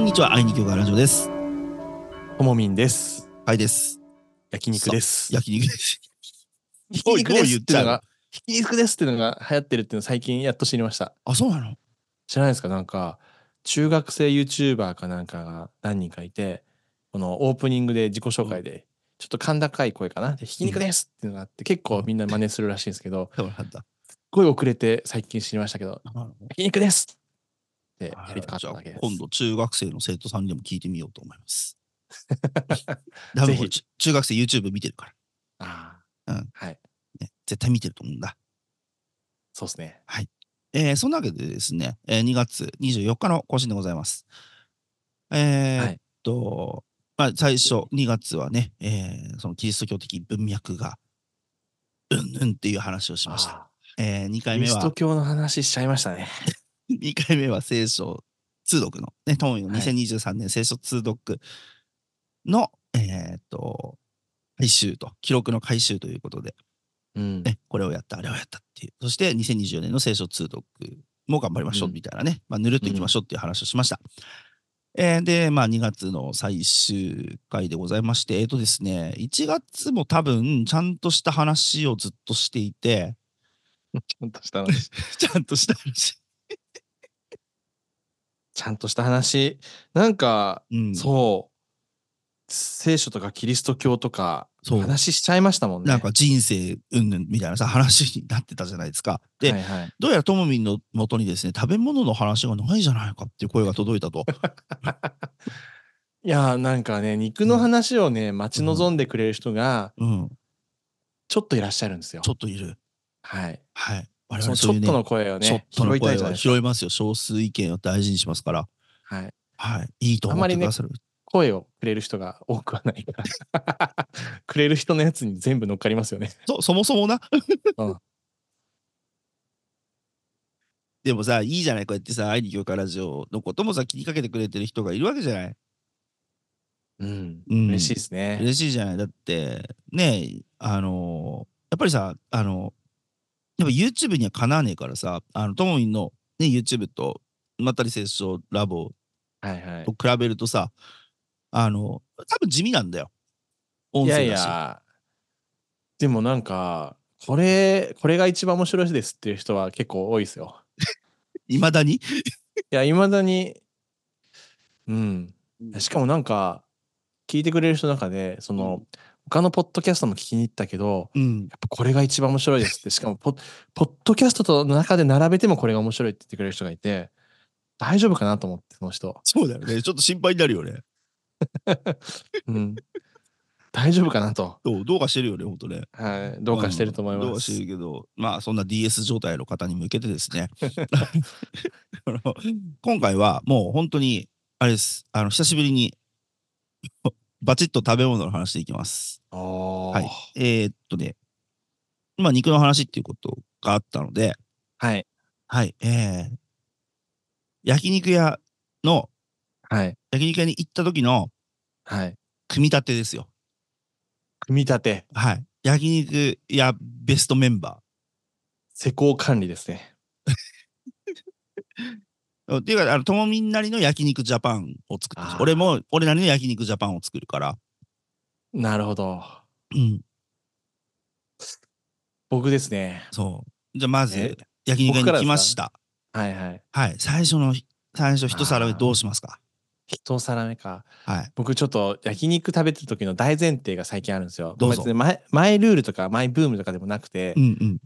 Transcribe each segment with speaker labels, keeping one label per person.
Speaker 1: んにちは、愛に今日がラジオです。
Speaker 2: ともみんです。
Speaker 1: はいです。
Speaker 2: 焼肉です。
Speaker 1: 焼肉です。き
Speaker 2: ひ
Speaker 1: 肉です
Speaker 2: ってのが、ひき肉ですっていうのが流行ってるっていうのを最近やっと知りました。
Speaker 1: あ、そうなの
Speaker 2: 知らないですかなんか、中学生 YouTuber かなんかが何人かいて、このオープニングで自己紹介で、ちょっと甲高い声かな。で、ひき肉ですっていうのがあって、結構みんな真似するらしいんですけど、
Speaker 1: そうなんだ。
Speaker 2: 声遅れて最近知りましたけど、焼肉ですってやりたかっ
Speaker 1: じゃ
Speaker 2: た
Speaker 1: あ
Speaker 2: だけです。
Speaker 1: 今度、中学生の生徒さんにでも聞いてみようと思います。多分これ
Speaker 2: ぜひ
Speaker 1: ち中学生 YouTube 見てるから、
Speaker 2: あ
Speaker 1: う
Speaker 2: あ
Speaker 1: ん
Speaker 2: はい。
Speaker 1: ね。絶対見てると思うんだ。
Speaker 2: そうですね。
Speaker 1: えー、そんなわけでですね、えー、2月24日の更新でございます。えー
Speaker 2: はい
Speaker 1: っと、まあ、最初、2月はね、えーそのキリスト教的文脈が、うんうんっていう話をしました。
Speaker 2: あ
Speaker 1: えー、2
Speaker 2: ー。
Speaker 1: 回
Speaker 2: キ
Speaker 1: 目
Speaker 2: リス
Speaker 1: は
Speaker 2: ト、教の話しちゃいましたね。
Speaker 1: 2回目は聖書通読の、ね、トモミの
Speaker 2: はい
Speaker 1: 2023年聖書通読の、えーっと、回収と、記録の回収ということで、
Speaker 2: うん。
Speaker 1: ね、これをやった、あれをやったっていう。そして2024年の聖書通読も頑張りましょう
Speaker 2: うん
Speaker 1: みたいなね、まあ、ぬるっといきましょうっていう話をしました。えーで、まあ、2月の最終回でございまして、えっ、とですね、1月も多分、ちゃんとした話をずっとしていて、
Speaker 2: ちゃんとした話。
Speaker 1: ちゃんとした話。
Speaker 2: ちゃんとした話。なんか、
Speaker 1: うん、
Speaker 2: そう。聖書とかキリスト教とか
Speaker 1: そう
Speaker 2: 話しちゃいましたもんね。
Speaker 1: なんか人生うんぬんみたいなさ話になってたじゃないですか。で、
Speaker 2: はいはい、
Speaker 1: どうやらともみんの元にですね食べ物の話がないじゃないかっていう声が届いたと。
Speaker 2: いやーなんかね肉の話をね待ち望んでくれる人が
Speaker 1: うん、
Speaker 2: ちょっといらっしゃるんですよ
Speaker 1: ち。ょっといる。
Speaker 2: はい。
Speaker 1: はい。我
Speaker 2: そのち
Speaker 1: そう
Speaker 2: ょ
Speaker 1: い
Speaker 2: っ
Speaker 1: うね
Speaker 2: との声を
Speaker 1: ちょっ
Speaker 2: ね
Speaker 1: と
Speaker 2: 拾
Speaker 1: の
Speaker 2: いた
Speaker 1: 声
Speaker 2: いじゃな
Speaker 1: は
Speaker 2: いですか。
Speaker 1: 拾いますよ。少数意見を大事にしますから。
Speaker 2: はい。
Speaker 1: はい。いいと思ってくださる。
Speaker 2: 声をくれる人が多くはないから。 くれる人のやつに全部乗っかりますよね。
Speaker 1: そそもそもな。
Speaker 2: うん
Speaker 1: でもさ、いいじゃない。こうやってさ、愛に教科ラジオのこともさ、気にかけてくれてる人がいるわけじゃない。
Speaker 2: うん。
Speaker 1: うん
Speaker 2: 嬉しいですね。
Speaker 1: 嬉しいじゃない。だって、ねえ、あのやっぱりさ、あのやっぱ YouTube にはかなわねえからさ、あの、ともみんの、ね、YouTube と、まったり聖書ラボ
Speaker 2: はいはい
Speaker 1: と。比べるとさ、あの、多分地味なんだよ。音
Speaker 2: いや
Speaker 1: 声
Speaker 2: い
Speaker 1: だし。
Speaker 2: やでもなんかこれこれが一番面白いですっていう人は結構多いですよ
Speaker 1: いまだに
Speaker 2: いやいまだにうんしかもなんか聞いてくれる人の中でその、他のポッドキャストも聞きに行ったけど
Speaker 1: うん。
Speaker 2: やっぱこれが一番面白いですってしかもポポッドキャストとの中で並べてもこれが面白いって言ってくれる人がいて大丈夫かなと思ってその人、
Speaker 1: そうだよね。ちょっと心配になるよね。
Speaker 2: うん、大丈夫かなと、
Speaker 1: どうどうかしてるよね、ほんとね。
Speaker 2: はい、どうかしてると思い
Speaker 1: んどう
Speaker 2: ま
Speaker 1: か
Speaker 2: す、
Speaker 1: してるけど、まあ、そんな DS 状態の方に向けてですね。 あの今回はもう本当に、あれです。あの、久しぶりに、バチッと食べ物の話でいきます。
Speaker 2: お
Speaker 1: は
Speaker 2: ー
Speaker 1: いえーっとね、まあ、肉の話っていうことがあったので、
Speaker 2: はい
Speaker 1: はい、えー、焼肉屋の、
Speaker 2: はい
Speaker 1: 焼肉屋に行った時の
Speaker 2: はい
Speaker 1: 組み立てですよ。
Speaker 2: 組み立て
Speaker 1: はい。焼肉屋ベストメンバー。
Speaker 2: 施工管理ですね。
Speaker 1: うんっていうか、あの、ともみんなりの焼肉ジャパンを作ってます
Speaker 2: あー
Speaker 1: 俺も、俺なりの焼肉ジャパンを作るから。
Speaker 2: なるほど。
Speaker 1: うん。
Speaker 2: 僕ですね。
Speaker 1: そう。じゃあ、まず
Speaker 2: え、
Speaker 1: 焼肉屋に
Speaker 2: 僕からですか
Speaker 1: 来ました。
Speaker 2: はいはい。
Speaker 1: はい。最初の、最初、一皿目どうしますか
Speaker 2: 一皿目か。
Speaker 1: はい。
Speaker 2: 僕ちょっと焼肉食べてる時の大前提が最近あるんですよ。
Speaker 1: どうぞ
Speaker 2: 別にマイマイルールとかマイブームとかでもなくて、
Speaker 1: うんうん。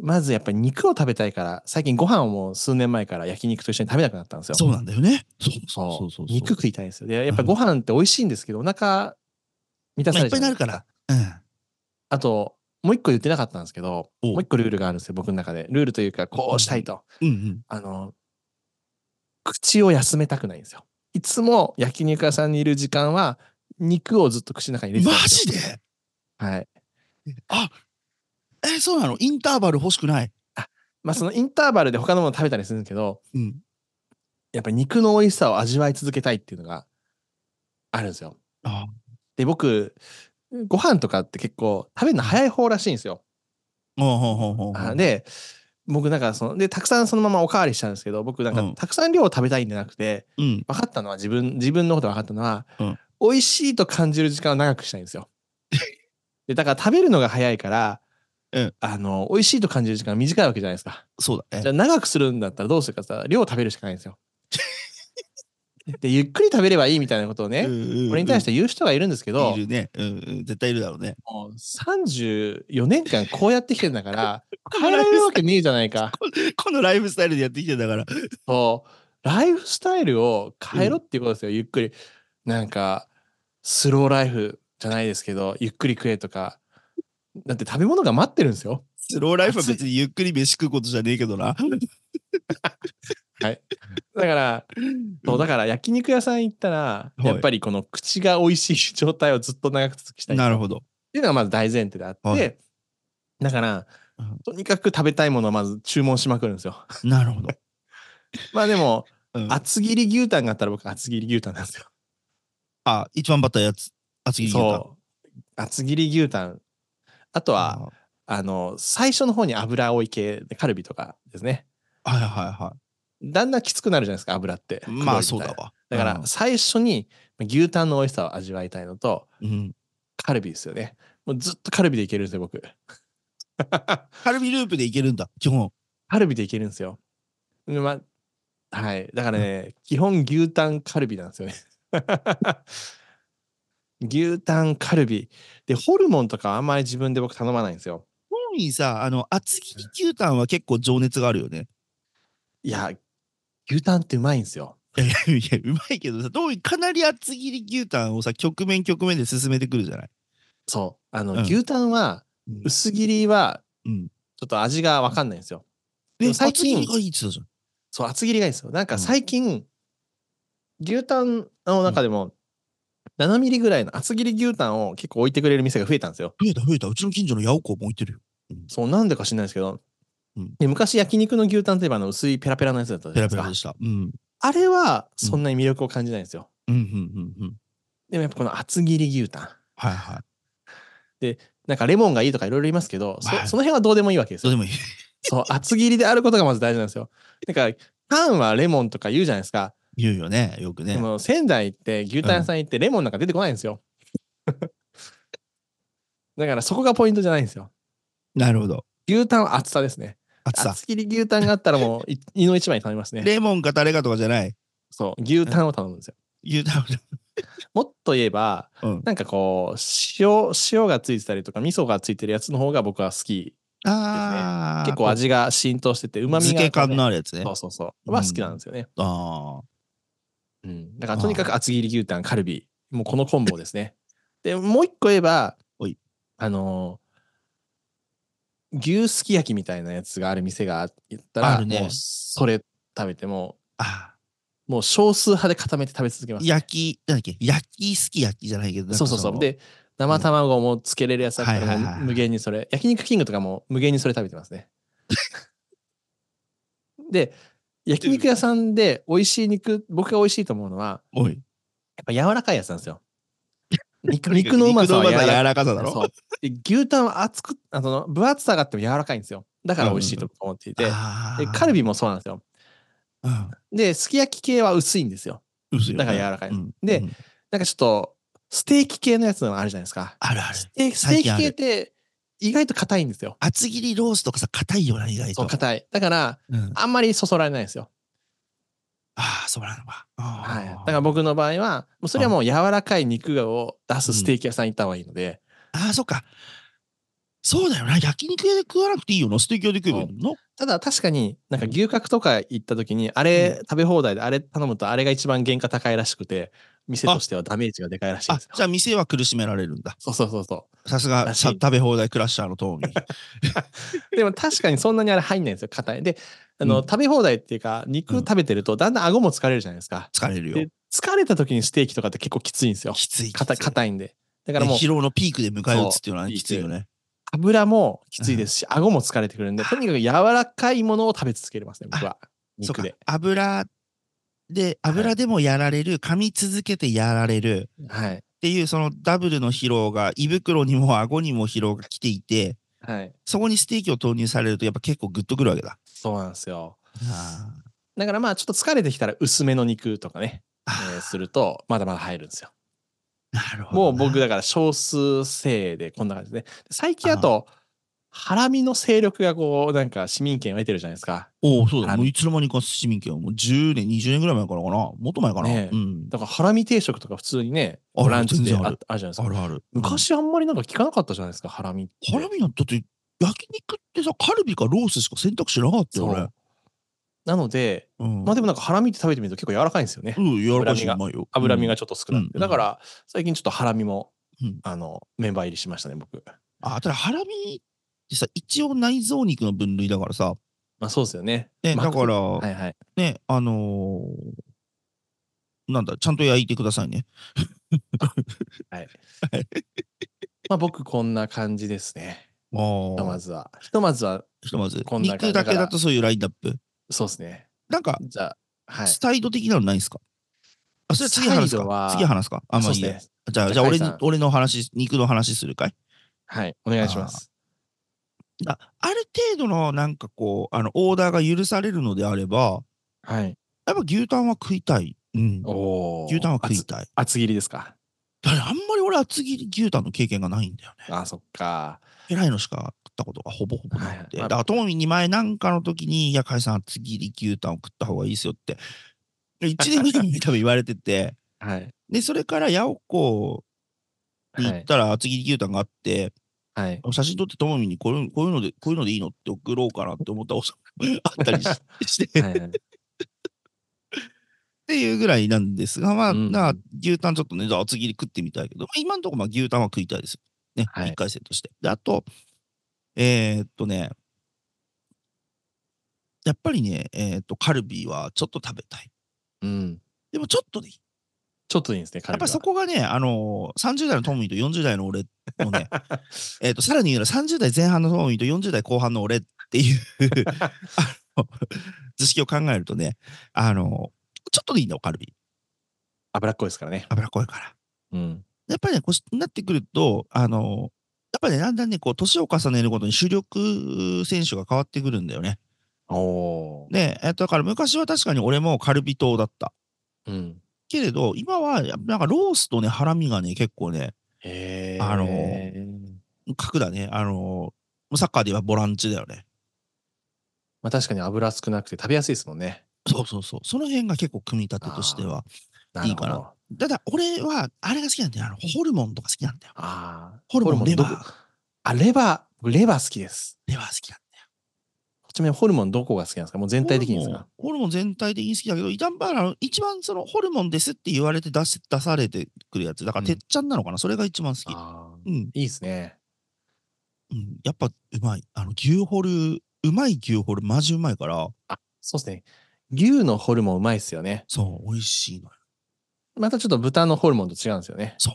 Speaker 2: まずやっぱり肉を食べたいから、最近ご飯をもう数年前から焼肉と一緒に食べなくなったんですよ。
Speaker 1: そうなんだよね。そう
Speaker 2: そ
Speaker 1: そ
Speaker 2: う
Speaker 1: うそうそう。
Speaker 2: 肉食いたいんですよ。で、やっぱ
Speaker 1: うん
Speaker 2: ご飯って美味しいんですけど、お腹満た
Speaker 1: ま
Speaker 2: さ
Speaker 1: あ、い
Speaker 2: れ
Speaker 1: っ
Speaker 2: ち
Speaker 1: ぱいう
Speaker 2: ゃ
Speaker 1: になるから。う
Speaker 2: あと、もう一個言ってなかったんですけど、
Speaker 1: お
Speaker 2: もう一個ルールがあるんですよ、僕の中で。ルールというか、こうしたいと。
Speaker 1: ん。うん
Speaker 2: あの、口を休めたくないんですよ。いつも焼肉屋さんにいる時間は、肉をずっと口の中に
Speaker 1: う
Speaker 2: 入
Speaker 1: ん。
Speaker 2: れて
Speaker 1: マ
Speaker 2: たんです
Speaker 1: ジ
Speaker 2: よ
Speaker 1: で
Speaker 2: はい。
Speaker 1: え、そうなのインターバル欲しくない。
Speaker 2: まあ、そのインターバルで他のもの食べたりするんですけど、
Speaker 1: うん。
Speaker 2: やっぱり肉の美味しさを味わい続けたいっていうのがあるんですよ。
Speaker 1: あ
Speaker 2: で、僕、ご飯とかって結構食べるの早い方らしいんですよ。
Speaker 1: あ。ほうほうほうほうほう。
Speaker 2: で、僕なんかそのでたくさんそのままおかわりしたんですけど僕なん
Speaker 1: うん
Speaker 2: かたくさん量を食べたいんじゃなくて
Speaker 1: うん。
Speaker 2: 分かったのは自分自分のこと分かったのは、
Speaker 1: うん
Speaker 2: 美味しいと感じる時間を長くしたいんで すよ。でだから食べるのが早いから、
Speaker 1: うん
Speaker 2: あの美味しいと感じる時間が短いわけじゃないですか。
Speaker 1: そうだね
Speaker 2: じゃ。あ長くするんだったらどうするかさ量を食べるしかないんで すよ。でゆっくり食べればいいみたいなことをね、こ
Speaker 1: こ
Speaker 2: れに対して言う人がいるんですけど、
Speaker 1: いるね。うんうん。絶対いるだろうね。
Speaker 2: もう34年間こうやってきてんだから 変えられるわけねえじゃないか。
Speaker 1: このライフスタイルでやってきてんだから。
Speaker 2: そうライフスタイルを変えろっていうことですよ、ゆっくりなんかスローライフじゃないですけどゆっくり食えとかだって食べ物が待ってるんですよ
Speaker 1: スローライフは別にゆっくり飯食うことじゃねえけどな。
Speaker 2: だからそうだから焼肉屋さん行ったら、
Speaker 1: い
Speaker 2: やっぱりこの口が美味しい状態をずっと長く続きたいっ
Speaker 1: なるほど。
Speaker 2: ていうのがまず大前提であって、
Speaker 1: はい
Speaker 2: だから
Speaker 1: うん
Speaker 2: とにかく食べたいものをまず注文しまくるんですよ
Speaker 1: なるほど。
Speaker 2: まあでも
Speaker 1: うん
Speaker 2: 厚切り牛タンがあったら僕厚切り牛タンなんですよ
Speaker 1: あ、一番バッターやつ。厚切り牛タン
Speaker 2: そう厚切り牛タンあとはあの最初の方に油多い系でカルビとかですね
Speaker 1: あはいはいは
Speaker 2: だんだんきつくなるじゃないですか油って
Speaker 1: い。まあ
Speaker 2: 黒
Speaker 1: そ
Speaker 2: いうみた
Speaker 1: だ
Speaker 2: いな
Speaker 1: わ。
Speaker 2: だから最初に牛タンの美味しさを味わいたいのと
Speaker 1: うん、うん。
Speaker 2: カルビですよねもうずっとカルビでいけるんですよ僕カ
Speaker 1: カルビループでいけるんだ、基本。
Speaker 2: ルビでいけるんですよでまはいだからね、基本牛タンカルビなんですよね 牛タンカルビでホルモンとかあんまり自分で僕頼まないんですよ
Speaker 1: 本にさ、あの、厚切り牛タンは結構情熱があるよね。
Speaker 2: いや、牛タンってうまいんですよ。
Speaker 1: いやいやいや、うまいけどさ、どういかなり厚切り牛タンをさ、局面局面で進めてくるじゃない。
Speaker 2: そう。あの、
Speaker 1: うん
Speaker 2: 牛タンは、
Speaker 1: うん
Speaker 2: 薄切りは、
Speaker 1: うん
Speaker 2: ちょっと味がわかんないんですよ。で
Speaker 1: ね
Speaker 2: も最近
Speaker 1: 厚切りがいいって言ってたじ
Speaker 2: そう、厚切りがいいんですよ。なん
Speaker 1: う
Speaker 2: か
Speaker 1: ん
Speaker 2: 最近、牛タンの中でも、7ミリぐらいの厚切り牛タンを結構置いてくれる店が増えたんですよ。
Speaker 1: ゃん。増えた増えた。うちの近所のヤオコーも置いてるよ。
Speaker 2: そう、なんでか知んないですけど、
Speaker 1: うん
Speaker 2: で昔焼肉の牛タンといえばあの薄いペラペラのやつだったじ
Speaker 1: ペ
Speaker 2: ゃな
Speaker 1: ラ
Speaker 2: いで
Speaker 1: ペ
Speaker 2: す
Speaker 1: ラ
Speaker 2: か
Speaker 1: で。した。うん。
Speaker 2: あれはそんなに魅力を感じないんですよ。
Speaker 1: うんうんうんうん。
Speaker 2: でもやっぱこの厚切り牛タン。
Speaker 1: はいはい。
Speaker 2: なんかレモンがいいとかいろいろ言いますけど、そ
Speaker 1: はい
Speaker 2: その辺はどうでもいいわけです
Speaker 1: ど
Speaker 2: よ
Speaker 1: うで。もいい。
Speaker 2: そう、厚切りであることがまず大事なんですよ。だから、パンはレモンとか言うじゃないですか。
Speaker 1: 言うよね、よくね。
Speaker 2: でも、仙台行って、牛タン屋さん行って、レモンなんか出てこないんですよ。 だから、そこがポイントじゃないんですよ。
Speaker 1: なるほど。
Speaker 2: 牛タンは厚さですね。
Speaker 1: 厚さ。
Speaker 2: 厚切り牛タンがあったらもう、い 胃の一枚に頼みますね。
Speaker 1: レモンかタレかとかじゃない。
Speaker 2: そう、牛タンを頼むんですよ。
Speaker 1: 言うた
Speaker 2: もっと言えば、
Speaker 1: うん
Speaker 2: なんかこう、塩、塩がついてたりとか、味噌がついてるやつの方が僕は好き。
Speaker 1: ああ。
Speaker 2: 結構味が浸透してて、旨味
Speaker 1: 漬
Speaker 2: が。
Speaker 1: け感のあるやつね
Speaker 2: そ。うそうそう。は好きなんですよね。
Speaker 1: ああ。
Speaker 2: うん、だからとにかく厚切り牛タンカルビもうこのコンボですね。でもう一個言えば
Speaker 1: おい
Speaker 2: あのー牛すき焼きみたいなやつがある店があった
Speaker 1: あ
Speaker 2: ら、
Speaker 1: るね
Speaker 2: もうそれ食べても
Speaker 1: あ
Speaker 2: うもう少数派で固めて食べ続けます。
Speaker 1: 焼き、なんだっけ、焼きすき焼きじゃないけど。なんか
Speaker 2: そうそうそ
Speaker 1: の
Speaker 2: う。、で生卵もつけれるやつだった
Speaker 1: はい
Speaker 2: ら
Speaker 1: はい
Speaker 2: も
Speaker 1: はいう
Speaker 2: 無限にそれ、焼肉キングとかも無限にそれ食べてま すね。で焼肉屋さんで美味しい肉僕が美味しいと思うのは
Speaker 1: おい。
Speaker 2: やっぱ柔らかいやつなん ですよ。肉
Speaker 1: とにかく
Speaker 2: 肉のうまさは
Speaker 1: 肉
Speaker 2: 柔
Speaker 1: の
Speaker 2: ら
Speaker 1: うま
Speaker 2: か
Speaker 1: さ
Speaker 2: い
Speaker 1: 柔らかさだ
Speaker 2: そ
Speaker 1: ろ。
Speaker 2: うで牛タンは厚くあの分厚さがあっても柔らかいんですよだから美味しいと思っていて、でカル
Speaker 1: ビ、
Speaker 2: ビもそうなんですよ
Speaker 1: うん
Speaker 2: ですき焼き系は薄いんですよ
Speaker 1: 薄いよね
Speaker 2: だから柔らかい
Speaker 1: うん
Speaker 2: で
Speaker 1: うん
Speaker 2: なんかちょっとステーキ系のやつのあるじゃないですか
Speaker 1: あるある。
Speaker 2: ステーキステ
Speaker 1: 最
Speaker 2: ー
Speaker 1: 近
Speaker 2: キ
Speaker 1: ある
Speaker 2: 系って意外と硬いんですよ
Speaker 1: 厚切りロースとかさ、硬いよな、意外
Speaker 2: そう
Speaker 1: と。
Speaker 2: 硬いだから
Speaker 1: うん
Speaker 2: あんまりそそられないんですよ、
Speaker 1: ああ、そうなのか。
Speaker 2: はい、だ
Speaker 1: あ
Speaker 2: か
Speaker 1: ー
Speaker 2: ら僕の場合はもうそれはもう柔らかい肉を出すステーキ屋さん行った方がいいので、
Speaker 1: あー、そっか。そうだよな。焼肉屋で食わなくていいよな。ステーキ屋で食えばいいの
Speaker 2: ただ確かになんか牛角とか行った時にあれ食べ放題であれ頼むとあれが一番原価高いらしくて店としてはダメージがでかいらしいん
Speaker 1: あ
Speaker 2: ですよ。
Speaker 1: じゃあ店は苦しめられるんだ。
Speaker 2: そうそうそうそ
Speaker 1: さすが
Speaker 2: らしい
Speaker 1: さ食べ放題クラッシャーのトーミー。
Speaker 2: う。でも確かにそんなにあれ入んないんですよ硬い。であの、
Speaker 1: うん
Speaker 2: 食べ放題っていうか肉
Speaker 1: うん
Speaker 2: 食べてるとだんだん顎も疲れるじゃないですか。
Speaker 1: 疲れるよ
Speaker 2: で。疲れた時にステーキとかって結構きついんですよ。
Speaker 1: きつい。
Speaker 2: 硬
Speaker 1: きつい
Speaker 2: 硬いんで。だから
Speaker 1: ね
Speaker 2: もう
Speaker 1: 疲労のピークで迎え撃つっていうのはね
Speaker 2: そう
Speaker 1: きついよね。
Speaker 2: 油もきついですし顎も疲れてくるんでとにかく柔らかいものを食べ続けれますね僕は
Speaker 1: そう
Speaker 2: 肉
Speaker 1: か
Speaker 2: で。。
Speaker 1: 油で、油でもやられる、噛み続けてやられるっ
Speaker 2: はい。
Speaker 1: ていう、そのダブルの疲労が胃袋にも顎にも疲労が来ていて、
Speaker 2: はい。
Speaker 1: そこにステーキを投入されると、やっぱ結構グッとくるわけだ。
Speaker 2: そうなんですよ。
Speaker 1: あー
Speaker 2: だからまあちょっと疲れてきたら薄めの肉とかね、
Speaker 1: あ
Speaker 2: えーするとまだまだ入るんですよ。
Speaker 1: ー、なる
Speaker 2: も
Speaker 1: ほど
Speaker 2: う
Speaker 1: な。
Speaker 2: 僕だから少数精でこんな感じで、ね、最近あとハラミの勢力がこうなんか市民権を得てるじゃないですか。
Speaker 1: おお、そう
Speaker 2: あ
Speaker 1: だ。
Speaker 2: の
Speaker 1: もういつの間にか市民権をもう10年、20年ぐらい前からかな。もっと前かな。
Speaker 2: ね
Speaker 1: う
Speaker 2: え
Speaker 1: ん。
Speaker 2: だからハラミ定食とか普通にね、
Speaker 1: あ
Speaker 2: ランチで
Speaker 1: 全然あ
Speaker 2: あある
Speaker 1: る
Speaker 2: じゃないです
Speaker 1: あ
Speaker 2: か。
Speaker 1: るある。
Speaker 2: 昔あんまりなんか聞かなかったじゃないですか、ハラミって。
Speaker 1: ハラミなんてだって焼肉ってさカルビかロースしか選択肢なかったよ
Speaker 2: そ
Speaker 1: 俺
Speaker 2: う。なので、
Speaker 1: うん
Speaker 2: まあでもなんかハラミって食べてみると結構柔らかいんですよね。
Speaker 1: うん柔らかいしうまいよ
Speaker 2: 脂身
Speaker 1: うん
Speaker 2: がちょっと少なくて、
Speaker 1: うん
Speaker 2: だから最近ちょっとハラミも、
Speaker 1: うん
Speaker 2: あのメンバー入りしましたね僕
Speaker 1: あただハラミってさ一応内臓肉の分類だからさ
Speaker 2: まあそうですよね
Speaker 1: ね
Speaker 2: まあ
Speaker 1: だから
Speaker 2: はいはい
Speaker 1: ねあのーなんだちゃんと焼いてくださいね
Speaker 2: まあ僕こんな感じですね
Speaker 1: あー
Speaker 2: ひとまずはひとまずは
Speaker 1: ひとまず
Speaker 2: こんな感じ
Speaker 1: 肉だけ
Speaker 2: だ
Speaker 1: だ
Speaker 2: か
Speaker 1: とそういうラインナップ
Speaker 2: そうですね
Speaker 1: なんか
Speaker 2: じゃあはい
Speaker 1: スタイド的なのないですかあそれ次話す
Speaker 2: サイド
Speaker 1: か
Speaker 2: は
Speaker 1: 次話すかあま
Speaker 2: そ
Speaker 1: あ
Speaker 2: う
Speaker 1: いい
Speaker 2: です
Speaker 1: や
Speaker 2: ね
Speaker 1: じゃあ
Speaker 2: じ
Speaker 1: じ
Speaker 2: ゃ
Speaker 1: ゃ
Speaker 2: あ
Speaker 1: あ俺
Speaker 2: 甲斐
Speaker 1: に
Speaker 2: さん
Speaker 1: 俺の話肉の話するかい
Speaker 2: はいお願いします
Speaker 1: あある程度のなんかこうあのオーダーが許されるのであれば
Speaker 2: はい
Speaker 1: やっぱ牛タンは食いたい。うん。
Speaker 2: おお
Speaker 1: 牛タンは食いたい。
Speaker 2: 厚切りですか
Speaker 1: だからあんまり俺厚切り牛タンの経験がないんだよね。
Speaker 2: あそっか
Speaker 1: 偉いのしか食ったことがほぼほぼなくて。
Speaker 2: はいはい
Speaker 1: だからともみに前なんかの時に、いや、海さん厚切り牛タンを食った方がいいですよって。1年ぐらいに多分言われてて。
Speaker 2: はい
Speaker 1: で、それから八百子に行ったら厚切り牛タンがあって、
Speaker 2: はい
Speaker 1: 写真撮ってともみにこういうこういうので、こういうのでいいのって送ろうかなって思ったことがあったりしして、
Speaker 2: はいはい
Speaker 1: っていうぐらいなんですが、まあ、
Speaker 2: うん
Speaker 1: なあ牛タンちょっとね、じゃあ厚切り食ってみたいけど、まあ、今のところまあ牛タンは食いたいですよ。ね、
Speaker 2: はい
Speaker 1: 一回戦として。で、あと、えーっとね、やっぱりね、えーっと、カルビはちょっと食べたい。
Speaker 2: うん
Speaker 1: でもちょっとでいい。
Speaker 2: ちょっといいんですね
Speaker 1: やっぱそ
Speaker 2: こ
Speaker 1: こがね、あのー30代のトモミと40代の俺の ね、えーっと、さらに言うなら30代前半のトモミと40代後半の俺っていう あの図式を考えるとね、あのーちょっとでいいんだよ、カルビ。
Speaker 2: 脂っこいですからね
Speaker 1: 脂っこいから。
Speaker 2: うん
Speaker 1: やっぱりね、こうしなってくると、あの、やっぱりね、だんだんね、こう、年を重ねるごとに主力選手が変わってくるんだよね。
Speaker 2: おおー
Speaker 1: で、えっと、だから昔は確かに俺もカルビ党だった。
Speaker 2: うん
Speaker 1: けれど、今は、やっぱなんかロースとね、ハラミがね、結構ね、
Speaker 2: へえ
Speaker 1: あの格だね、あの、サッカーで言えばボランチだよね。
Speaker 2: まあ確かに油少なくて食べやすいですもんね。
Speaker 1: そうそうそう。その辺が結構組み立てとしては。
Speaker 2: なる
Speaker 1: いい
Speaker 2: ほ
Speaker 1: か
Speaker 2: ど
Speaker 1: なただ、俺は、あれが好きなんだよ。あの、ホルモンとか好きなんだよ。
Speaker 2: ああ。
Speaker 1: ホルモン、レバ
Speaker 2: ど
Speaker 1: ー
Speaker 2: こ。あ、レバー、僕レバー好きです。
Speaker 1: レバー好きなんだよ。
Speaker 2: ちなみにホルモンどこが好きなんですかもう全体的にですか
Speaker 1: ホルモンホルモン全体的に好きだけど、一番あの一番そのホルモンですって言われて出し出されてくるやつ、だか
Speaker 2: うん
Speaker 1: らてっちゃんなのかな、それが一番好き。
Speaker 2: ああ。
Speaker 1: うん、
Speaker 2: いいですね。
Speaker 1: うん、やっぱうまい。あの牛ホル、うまい牛ホル、マジうまいから、
Speaker 2: そうですね。牛のホルモンうまいですよね。
Speaker 1: そう、美味しいのよ。
Speaker 2: またちょっと豚のホルモンと違うんですよね。。
Speaker 1: そ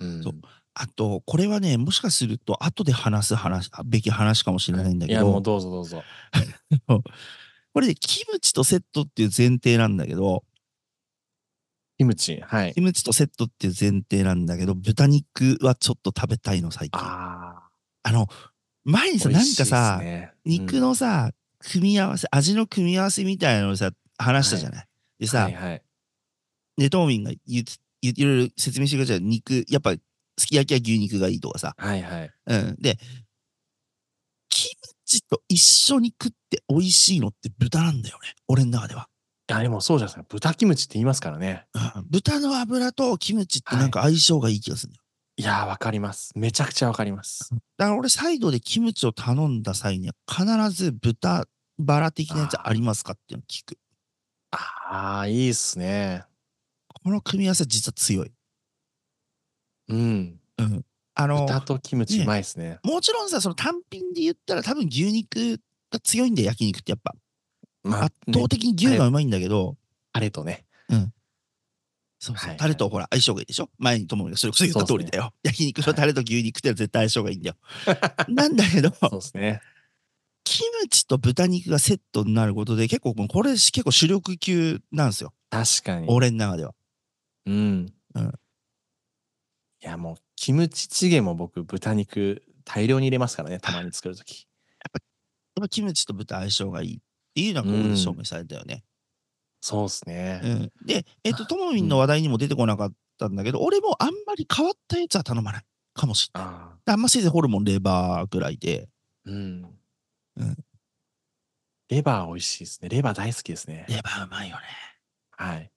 Speaker 1: う
Speaker 2: うん。
Speaker 1: そうあと、これはね、もしかすると、後で話す話べき話かもしれないんだ
Speaker 2: い
Speaker 1: け
Speaker 2: や、もう
Speaker 1: ど、
Speaker 2: どうぞどうぞ。
Speaker 1: これで、キムチとセットっていう前提なんだけど、
Speaker 2: キムチ。はい。
Speaker 1: キムチとセットっていう前提なんだけど、豚肉はちょっと食べたいの、最近。あ
Speaker 2: ああ。
Speaker 1: の、前にさ、
Speaker 2: 美
Speaker 1: なん
Speaker 2: 味しい
Speaker 1: か
Speaker 2: っす
Speaker 1: さ、
Speaker 2: ね
Speaker 1: 肉、のさ、組み合わせ、味の組み合わせみたいなのをさ、話したじゃない。で
Speaker 2: うん
Speaker 1: さ、
Speaker 2: はいはい。
Speaker 1: で、トーミンが言って、言いろいろ説明してくれたじゃん。肉、やっぱ、すき焼きは牛肉がいいとかさ。
Speaker 2: はいはい。
Speaker 1: うん。で、キムチと一緒に食って美味しいのって豚なんだよね。俺の中では。
Speaker 2: いや、でもそうじゃないですか。豚キムチって言いますからね。
Speaker 1: うん、豚の脂とキムチってなんか相性がいい気がするんだよ。
Speaker 2: いやー、わかります。めちゃくちゃわかります。
Speaker 1: だから俺、サイドでキムチを頼んだ際には、必ず豚バラ的なやつありますかっていうのを聞く。
Speaker 2: ああ、いいっすね。
Speaker 1: この組み合わせ実は強い。
Speaker 2: うん。
Speaker 1: あの、
Speaker 2: 豚とキムチ
Speaker 1: ね
Speaker 2: うまいですね。
Speaker 1: もちろんさ、その単品で言ったら多分牛肉が強いんだよ、焼肉ってやっぱ。
Speaker 2: ま
Speaker 1: 圧
Speaker 2: ね
Speaker 1: 倒的に牛がうまいんだけど、
Speaker 2: あれとね。
Speaker 1: そうそう
Speaker 2: はい
Speaker 1: タレとほら相性がいいでしょ前にともみがそれこそ言った通りだよ。焼肉のタレと牛肉ってのは絶対相性がいいんだ よ。なんだけど、
Speaker 2: そうですね。
Speaker 1: キムチと豚肉がセットになることで結構、これ結構主力級なんですよ。
Speaker 2: 確かに。
Speaker 1: 俺の中では。
Speaker 2: うん。
Speaker 1: うん
Speaker 2: いや、もう、キムチチゲも僕、豚肉大量に入れますからね、たまに作るとき。
Speaker 1: ぱキムチと豚相性がいいっていうのはここで証明されたよね。
Speaker 2: そうです
Speaker 1: う
Speaker 2: ね。
Speaker 1: んで、えっと、ともみんの話題にも出てこなかったんだけど、俺もあんまり変わったやつは頼まないかもしれない。
Speaker 2: あ
Speaker 1: あんませいぜいホルモン、レバーぐらいで。
Speaker 2: あ、うん
Speaker 1: うん。
Speaker 2: レバー美味しいですね。レバー大好きですね。
Speaker 1: レバーうまいよね。
Speaker 2: はい。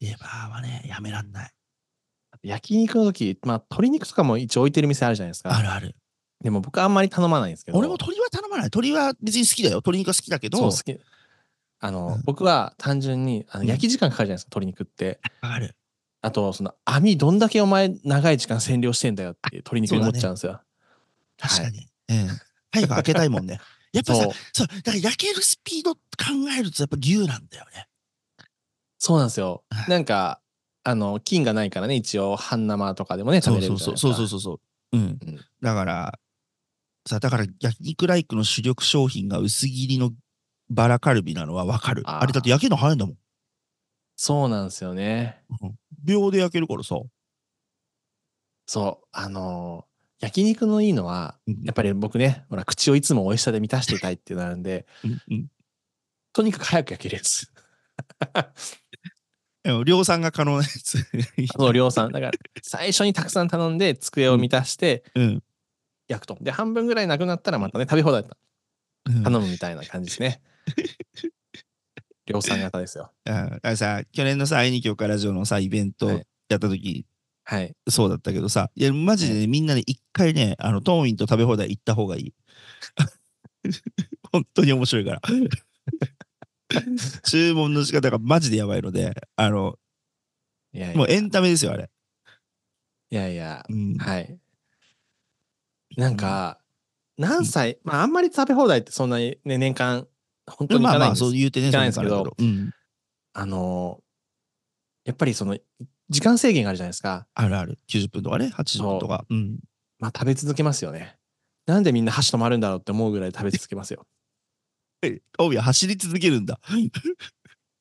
Speaker 1: レバーはね、やめらんない。
Speaker 2: 焼肉の時、まあ鶏肉とかも一応置いてる店あるじゃないです
Speaker 1: あ
Speaker 2: か。
Speaker 1: るある。
Speaker 2: でも僕あんまり頼まないんですけど。
Speaker 1: 俺も鳥は頼まない。鳥は別に好きだよ。鶏肉は好きだけど、
Speaker 2: そう好き。あの、
Speaker 1: うん
Speaker 2: 僕は単純にあの
Speaker 1: うん
Speaker 2: 焼き時間かかるじゃないですか、鶏肉って。
Speaker 1: わかる。
Speaker 2: あと、その網どんだけお前長い時間占領してんだよって鶏肉に思っちゃうんですよ。
Speaker 1: 確かに。うん。早く開けたいもん ね。やっぱさ
Speaker 2: そう、
Speaker 1: そう、だから焼けるスピード考えるとやっぱ牛なんだよね。
Speaker 2: そうなんですよ
Speaker 1: は。い
Speaker 2: なんか、あの、菌がないからね、一応、半生とかでもね、食
Speaker 1: そ
Speaker 2: べ
Speaker 1: う
Speaker 2: れ
Speaker 1: そ
Speaker 2: る
Speaker 1: う
Speaker 2: じゃな
Speaker 1: そ
Speaker 2: いうです
Speaker 1: そうそ
Speaker 2: か
Speaker 1: うそうそう。うん
Speaker 2: うん。
Speaker 1: だから、さ、だから焼肉ライクの主力商品が薄切りのバラカルビなのはわかる。
Speaker 2: あー
Speaker 1: あれだって焼けるの早いんだもん。
Speaker 2: そうなんですよね。
Speaker 1: 秒で焼けるからさ。
Speaker 2: そう。あのー焼肉のいいのは、やっぱり僕ね、ほら、口をいつも美味しさで満たしていたいってなるんで、
Speaker 1: うんうん
Speaker 2: とにかく早く焼ける やつ。
Speaker 1: でも量産が可能なや つ。
Speaker 2: そう、量産。だから、最初にたくさん頼んで、机を満たして
Speaker 1: うん。
Speaker 2: 焼くと。で、半分ぐらいなくなったら、またね、食べ放題
Speaker 1: うん
Speaker 2: 頼むみたいな感じで すね。量産型ですよ。
Speaker 1: あだからさ、去年のさ、愛に今日ラジオのさ、イベント
Speaker 2: はい
Speaker 1: やった時、
Speaker 2: はい。
Speaker 1: そうだったけどさ、いや、マジでね、みんなで一回ね、あの、トーミンと食べ放題行った方がいい。 本当に面白 いから。注文の仕方がマジでやばいので、あの、
Speaker 2: いやいや
Speaker 1: もうエンタメですよ、あれ。
Speaker 2: いやいや、
Speaker 1: うん
Speaker 2: はい。なんか、何歳、まあ、あんまり食べ放題ってそんなに、ね、年間、本当にい
Speaker 1: まあ
Speaker 2: かない
Speaker 1: ま
Speaker 2: んで
Speaker 1: あ、
Speaker 2: す、
Speaker 1: そう言うてね、
Speaker 2: 行かないんです
Speaker 1: そ
Speaker 2: けど
Speaker 1: うだうん。
Speaker 2: あのー、やっぱりその、時間制限があるじゃないですか。
Speaker 1: あるある。90分とかね、80分とか。うん。
Speaker 2: まあ、食べ続けますよね。なんでみんな箸止まるんだろうって思うぐらい食べ続けます よ。
Speaker 1: えトーミンは走り続けるんだ。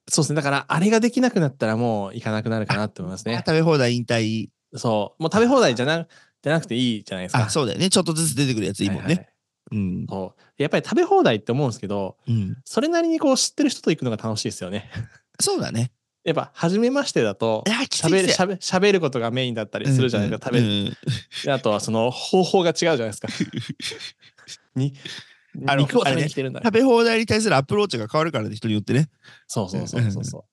Speaker 2: そうですね。だから、あれができなくなったらもういかなくなるかなって思いますね
Speaker 1: 食。べ放題引退。
Speaker 2: そう。もう食べ放題じゃなじゃなくていいじゃないですか。
Speaker 1: あ、そうだよね。ちょっとずつ出てくるやついいもん
Speaker 2: はいは
Speaker 1: ね。
Speaker 2: い
Speaker 1: うん。
Speaker 2: そうやっぱり食べ放題って思うんですけど、
Speaker 1: うん。
Speaker 2: それなりにこう知ってる人と行くのが楽しいですよね。
Speaker 1: そうだね。
Speaker 2: やっぱ、初めましてだと
Speaker 1: い、や、きつ
Speaker 2: しゃ
Speaker 1: い
Speaker 2: べ
Speaker 1: き
Speaker 2: る
Speaker 1: つい
Speaker 2: しゃべしゃべることがメインだったりするじゃないですか、
Speaker 1: うんうん
Speaker 2: 食べ
Speaker 1: うん
Speaker 2: であとはその方法が違うじゃない ですかに
Speaker 1: あの
Speaker 2: 肉を食べに来てるんだ、
Speaker 1: 食べ放題に対するアプローチが変わるからね、人によってね。
Speaker 2: そうそうそうそうそ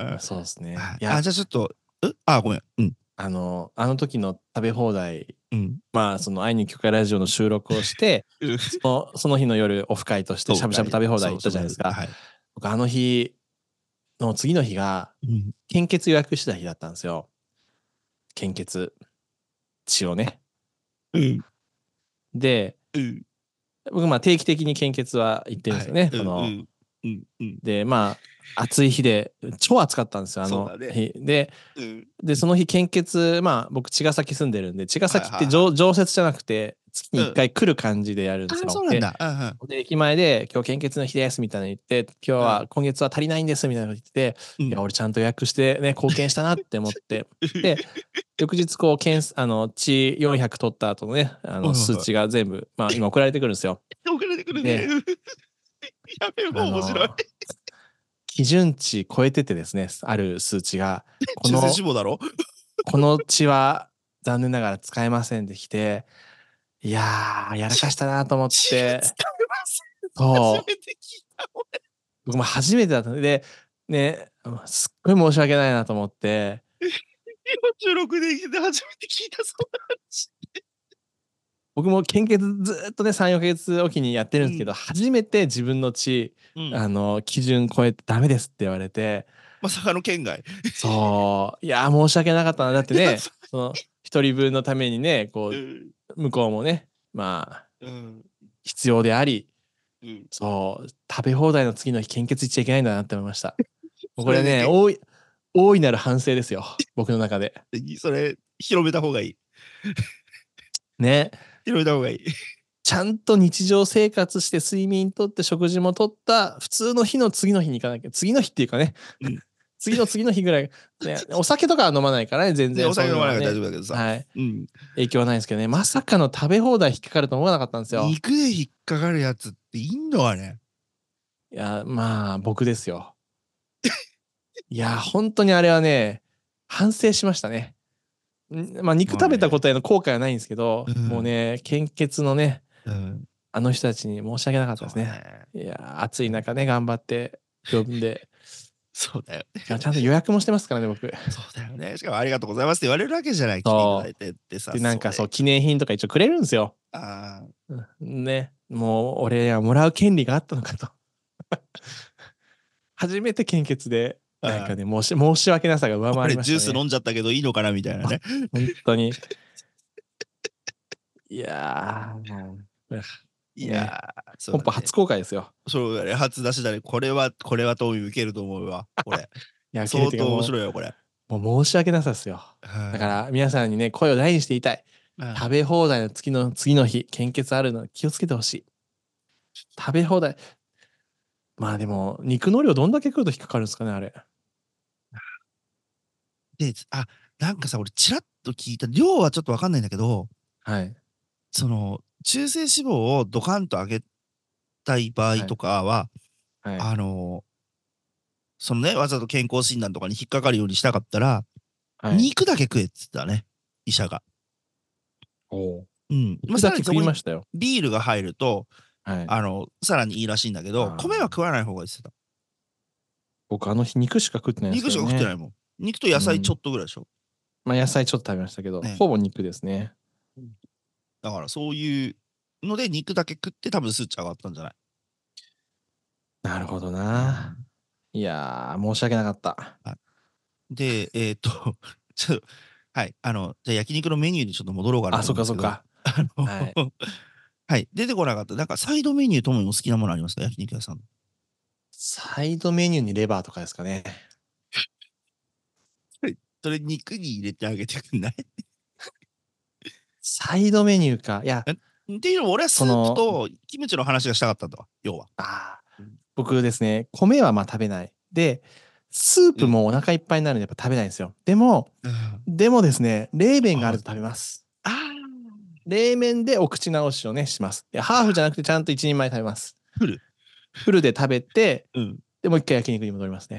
Speaker 2: ううんそうですね
Speaker 1: はい
Speaker 2: いや
Speaker 1: あ、
Speaker 2: あ
Speaker 1: じゃあちょっと、うあ、ごめん。うん。
Speaker 2: のあの時の食べ放題
Speaker 1: うん。
Speaker 2: まあその「愛に許可ラジオ」の収録をしてそのその日の夜オフ会としてしゃぶしゃぶ食べ放題行ったじゃないですか
Speaker 1: はい。
Speaker 2: 僕あの日の次の日が
Speaker 1: うん
Speaker 2: 献血予約してた日だったんですよ献血血をね
Speaker 1: うん。
Speaker 2: で
Speaker 1: うん。
Speaker 2: 僕まあ定期的に献血は行ってるんですよね、
Speaker 1: はい
Speaker 2: この、
Speaker 1: うん。うん。うん。
Speaker 2: でまあ暑い日で超暑かったんですよあの
Speaker 1: そうだね
Speaker 2: 日、で
Speaker 1: うん。
Speaker 2: でその日献血まあ僕茅ヶ崎住んでるんで茅ヶ崎っ
Speaker 1: はい
Speaker 2: て
Speaker 1: はい
Speaker 2: 常,、常設じゃなくて月に
Speaker 1: うん
Speaker 2: 1回来る感じでやるんですよ、
Speaker 1: あ、そうなんだ。あ
Speaker 2: でで駅前で「今日献血の日です」みたいなの言って「今日は今月は足りないんです」みたいなの言ってて、
Speaker 1: うん
Speaker 2: いや俺ちゃんと予約してね貢献したなって思って で翌日こう検査あの血400取った後のね
Speaker 1: う
Speaker 2: あ
Speaker 1: んうんう
Speaker 2: の
Speaker 1: ん
Speaker 2: 数値が全部、まあ、今送られてくるんですよ。
Speaker 1: うん。送られてくるね。やべえ、もう面白
Speaker 2: あ
Speaker 1: い
Speaker 2: の。基準値超えててですねある数 値がこ
Speaker 1: 中性脂
Speaker 2: の
Speaker 1: 肪だろ
Speaker 2: この血は残念ながら使えませんできていやーやらかしたなと思っ
Speaker 1: 血が 使
Speaker 2: て
Speaker 1: えません。
Speaker 2: そ
Speaker 1: 初めて聞いう
Speaker 2: 僕も初めてだったのでねすっごい申し訳ないなと思って
Speaker 1: た。46年で初めて聞いた、そんな話。
Speaker 2: 僕も献血ずっとね34ヶ月おきにやってるんですけど、初めて自分の血
Speaker 1: うん
Speaker 2: あの基準超えてダメですって言われて
Speaker 1: まさかの県外。
Speaker 2: そういやー申し訳なかったなだっ て
Speaker 1: い
Speaker 2: ね
Speaker 1: やそ
Speaker 2: その一人分のためにね
Speaker 1: う。
Speaker 2: こうん向こうもねまあ
Speaker 1: うん。
Speaker 2: 必要であり
Speaker 1: うん。
Speaker 2: そう食べ放題の次の日献血いっちゃいけないんだなって思いました もうこれ
Speaker 1: それ
Speaker 2: ね
Speaker 1: ね
Speaker 2: 大い大いなる反省ですよ 僕の中で
Speaker 1: それ、広めた方がいい。
Speaker 2: ね
Speaker 1: 広めた方がいい。
Speaker 2: ちゃんと日常生活して睡眠とって食事もとった普通の日の次の日に行かなきゃ次の日っていうかね、
Speaker 1: うん
Speaker 2: 次の次の日ぐらい、 ね、お酒とかは飲まないからね、全
Speaker 1: で
Speaker 2: 然。
Speaker 1: お酒飲まないから大
Speaker 2: そ
Speaker 1: 丈
Speaker 2: うう
Speaker 1: 夫だけどさ、
Speaker 2: のはねはい。
Speaker 1: うん、
Speaker 2: 影響はないんですけどね、まさかの食べ放題引っかかると思わなかったんですよ。い
Speaker 1: 肉で引っかかるやつっていんのあれ
Speaker 2: や、まあ、僕ですよ。 いや、本当にあれはね、反省しましたね。んまあ、肉食べたことへの後悔はないんですけど、
Speaker 1: うん
Speaker 2: もうね、献血のね、
Speaker 1: うん
Speaker 2: あの人たちに申し訳なかったですね。いやー、暑い中ね、頑張って、呼 んで、
Speaker 1: そうだよね
Speaker 2: いやちゃんと予約もしてますからね、僕。で、
Speaker 1: そうだよねしかもありがとうございますって言われるわけじゃない来ていた
Speaker 2: そう
Speaker 1: だいてってさ
Speaker 2: なんかそう、
Speaker 1: れ
Speaker 2: 記念品とか一応くれるんですよ。
Speaker 1: あー
Speaker 2: うんね、もう俺はもらう権利があったのかと。 初めて献血で、なんかね、申し申し訳なさが上
Speaker 1: こ
Speaker 2: 回
Speaker 1: れ
Speaker 2: りま
Speaker 1: ジュース
Speaker 2: した、ね。
Speaker 1: 飲んじゃったけどいいのかなみたいな ね
Speaker 2: 本当に。いやー、
Speaker 1: いやーそうだね
Speaker 2: 本邦初公開ですよ。
Speaker 1: そうだね初出しだねこれはこれはトミー受けると思うわこ れ
Speaker 2: いや、
Speaker 1: 相当面
Speaker 2: い
Speaker 1: 白いよこれ
Speaker 2: もう。もう申し訳なさですよ。だから皆さんにね、声を大にして言いたい。
Speaker 1: うん
Speaker 2: 食べ放題の次の次の日献血あるの気をつけてほしい食べ放題まあでも肉の量どんだけ食うと引っかかるんですかねあれ
Speaker 1: であなんかさ俺ちらっと聞いた量はちょっとわかんないんだけど
Speaker 2: はい
Speaker 1: その中性脂肪をドカンと上げたい場合とかは、
Speaker 2: はい
Speaker 1: あのそのねわざと健康診断とかに引っかかるようにしたかったら、
Speaker 2: はい
Speaker 1: 肉だけ食えっつったね医者が。うん、まあ、さ
Speaker 2: さっ
Speaker 1: ら
Speaker 2: き
Speaker 1: にそこ
Speaker 2: 食い
Speaker 1: に
Speaker 2: ましたよ
Speaker 1: ビールが入ると、
Speaker 2: はい
Speaker 1: あのさらにいいらしいんだけ
Speaker 2: あ
Speaker 1: ど
Speaker 2: ー
Speaker 1: 米は食わない方がいいっつってた、
Speaker 2: 僕あの日肉しか食ってないです
Speaker 1: 肉し
Speaker 2: け
Speaker 1: か
Speaker 2: ど、
Speaker 1: 食
Speaker 2: ね、
Speaker 1: ってないもん肉と野
Speaker 2: う
Speaker 1: 菜
Speaker 2: ん
Speaker 1: ちょっとぐらいでしょ、
Speaker 2: まあ野菜ちょっと食べましたけど、
Speaker 1: ね
Speaker 2: ほぼ肉ですね
Speaker 1: だからそういうので肉だけ食って多分数値上がったんじゃない
Speaker 2: なるほどな、いやー申し訳なかった
Speaker 1: で、えーっと、 ちょっと、はい、あの、じゃあ焼肉のメニューにちょっと戻ろうかな
Speaker 2: あ
Speaker 1: と
Speaker 2: そっ
Speaker 1: 思ん
Speaker 2: か
Speaker 1: です
Speaker 2: そっ
Speaker 1: けど。
Speaker 2: か
Speaker 1: あの
Speaker 2: は
Speaker 1: はいい、出てこなかった。なんかサイドメニューともにお好きなものありますか焼肉屋さんの。
Speaker 2: サイドメニューにレバーとかですかね
Speaker 1: それ肉に入れてあげてくんない
Speaker 2: サイドメニューかいや
Speaker 1: っていうのも俺はス
Speaker 2: その
Speaker 1: ープとキムチの話がしたかったんだわ、要 は。
Speaker 2: あー
Speaker 1: うん
Speaker 2: 僕ですね米はまあ食べないでスープもお腹いっぱいになるんでやっぱ食べないんですよ、でも
Speaker 1: あ
Speaker 2: でもですね冷麺があると食べます
Speaker 1: あ
Speaker 2: 冷麺でお口直しをねしますでハーフじゃなくてちゃんと一人前食べます
Speaker 1: フル
Speaker 2: フルで食べて
Speaker 1: ー、うん。
Speaker 2: でもう一回焼肉に戻りますね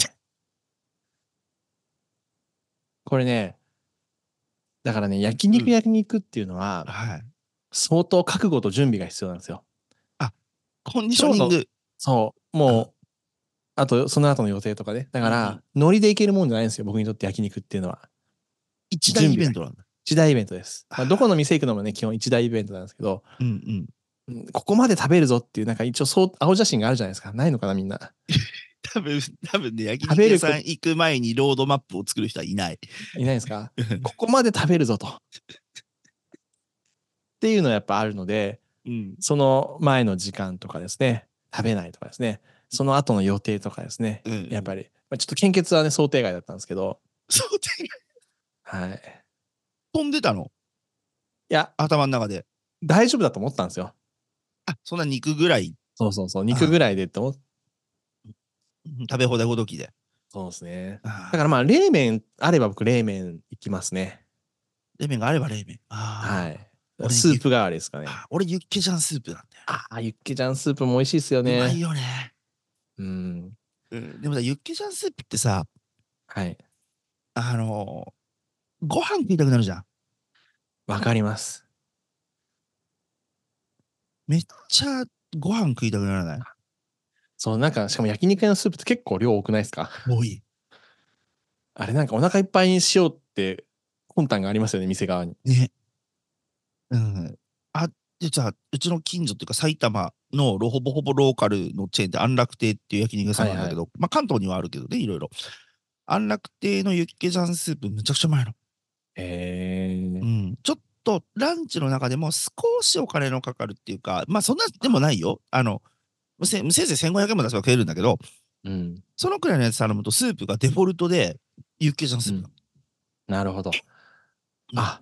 Speaker 2: これねだからね焼肉
Speaker 1: うん
Speaker 2: 焼肉っていうのは
Speaker 1: はい。
Speaker 2: 相当覚悟と準備が必要なんですよ
Speaker 1: コンディショニング。
Speaker 2: そう。もう、あと、その後の予定とかね。だから、ノリでいけるもんじゃないんですよ。僕にとって焼肉っていうのは。
Speaker 1: 一大イベントなんだ。
Speaker 2: 一大イベントです。まあ、
Speaker 1: あー
Speaker 2: どこの店行くのもね、基本一大イベントなんですけど、
Speaker 1: うんうん。
Speaker 2: うんここまで食べるぞっていう、なんか一応そう、青写真があるじゃないですか。ないのかな、みんな。
Speaker 1: 多分、 多分ね、焼
Speaker 2: 食べ
Speaker 1: 肉
Speaker 2: る
Speaker 1: 屋さん行く前にロードマップを作る人はいない。
Speaker 2: いないですかここまで食べるぞ と。っていうのはやっぱあるので、
Speaker 1: うん。
Speaker 2: その前の時間とかですね、食べないとかですね、その後の予定とかですね、
Speaker 1: うん。
Speaker 2: やっぱり、まあ、ちょっと献血はね、想定外だったんですけど、
Speaker 1: そう、手が
Speaker 2: はい。
Speaker 1: 飛んでたの
Speaker 2: いや、
Speaker 1: 頭の中で。
Speaker 2: 大丈夫だと思ったんですよ。
Speaker 1: あ、そんな肉ぐらい
Speaker 2: そうそうそう、肉ぐらいでって思っ
Speaker 1: 食べ放題ごときで。
Speaker 2: そうですね。
Speaker 1: だ
Speaker 2: だからまあ、冷麺あれば僕、冷麺いきますね。
Speaker 1: 冷麺があれば冷麺。あ
Speaker 2: はい
Speaker 1: 俺。
Speaker 2: スープ代わりですか
Speaker 1: ー
Speaker 2: ね。
Speaker 1: あー俺、ユッケジャンスープなんだよ。
Speaker 2: ああ、ユッケジャンスープも美味しいですよ
Speaker 1: うまい
Speaker 2: ね。
Speaker 1: よね。
Speaker 2: うん。
Speaker 1: うん、でもさ、ユッケジャンスープってさ、
Speaker 2: はい。
Speaker 1: あのーご飯食いたくなるじゃん。
Speaker 2: わかります。
Speaker 1: めっちゃご飯食いたくならない。
Speaker 2: そう、なんか、しかも焼肉屋のスープって結構量多くないですか
Speaker 1: 多い。
Speaker 2: あれなんかお腹いっぱいにしようって魂胆がありますよね、店側に。
Speaker 1: ね。うん。あ、で、じゃあ、うちの近所っていうか、埼玉のロほぼほぼローカルのチェーンで安楽亭っていう焼肉屋さんなんだけど、まあ、関東にはあるけどね、いろいろ。安楽亭のユッケジャンスープ、めちゃくちゃうまいの。
Speaker 2: へえ
Speaker 1: う。ん、ちょっとランチの中でも少しお金のかかるっていうか、まあそんなでもないよ。あの、せせいぜい1500円も出せば食えるんだけど、
Speaker 2: うん。
Speaker 1: そのくらいのやつ頼むとスープがデフォルトでユッケジャンスープなの、
Speaker 2: なるほど。あ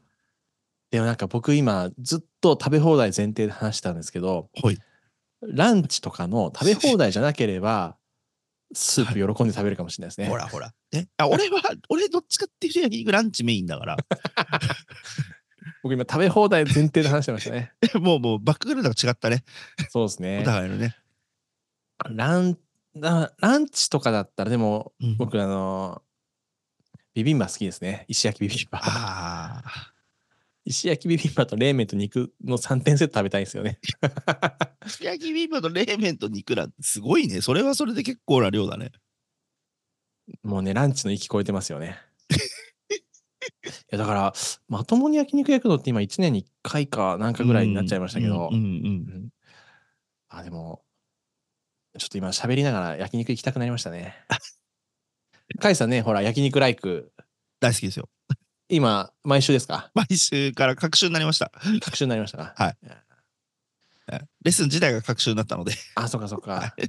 Speaker 2: でもなんか僕今ずっと食べ放題前提で話してたんですけど、
Speaker 1: はい
Speaker 2: ランチとかの食べ放題じゃなければスープ喜んで食べるかもしれないですね。
Speaker 1: ほらほら。えあ俺は、俺どっちかっていうと焼肉ランチメインだから、
Speaker 2: 僕今食べ放題前提で話してました ね。
Speaker 1: もうもうバックグラウンドが違ったね、
Speaker 2: そうです
Speaker 1: お
Speaker 2: ね。
Speaker 1: 互いのね。
Speaker 2: ランラランチとかだったらでも
Speaker 1: うん
Speaker 2: 僕あのビビンバ好きですね。石焼きビビンバ。
Speaker 1: ああ。
Speaker 2: 石焼きビビンバと冷麺と肉の3点セット食べたいんですよね。
Speaker 1: すき焼きビンバと冷麺と肉なんてすごいね。それはそれで結構な量だね。
Speaker 2: もうね、ランチの域超えてますよね。いやだからまともに焼肉焼くのって今1年に1回かなんかぐらいになっちゃいましたけど、
Speaker 1: うんうん
Speaker 2: うんあでもちょっと今喋りながら焼肉行きたくなりました ね。カイさんねほら焼肉ライク
Speaker 1: 大好きですよ。
Speaker 2: 今毎週ですか
Speaker 1: 毎週から各週になりました。
Speaker 2: 各週になりましたか
Speaker 1: はいレッスン自体が各週になったので。
Speaker 2: あ、そっかそっか。い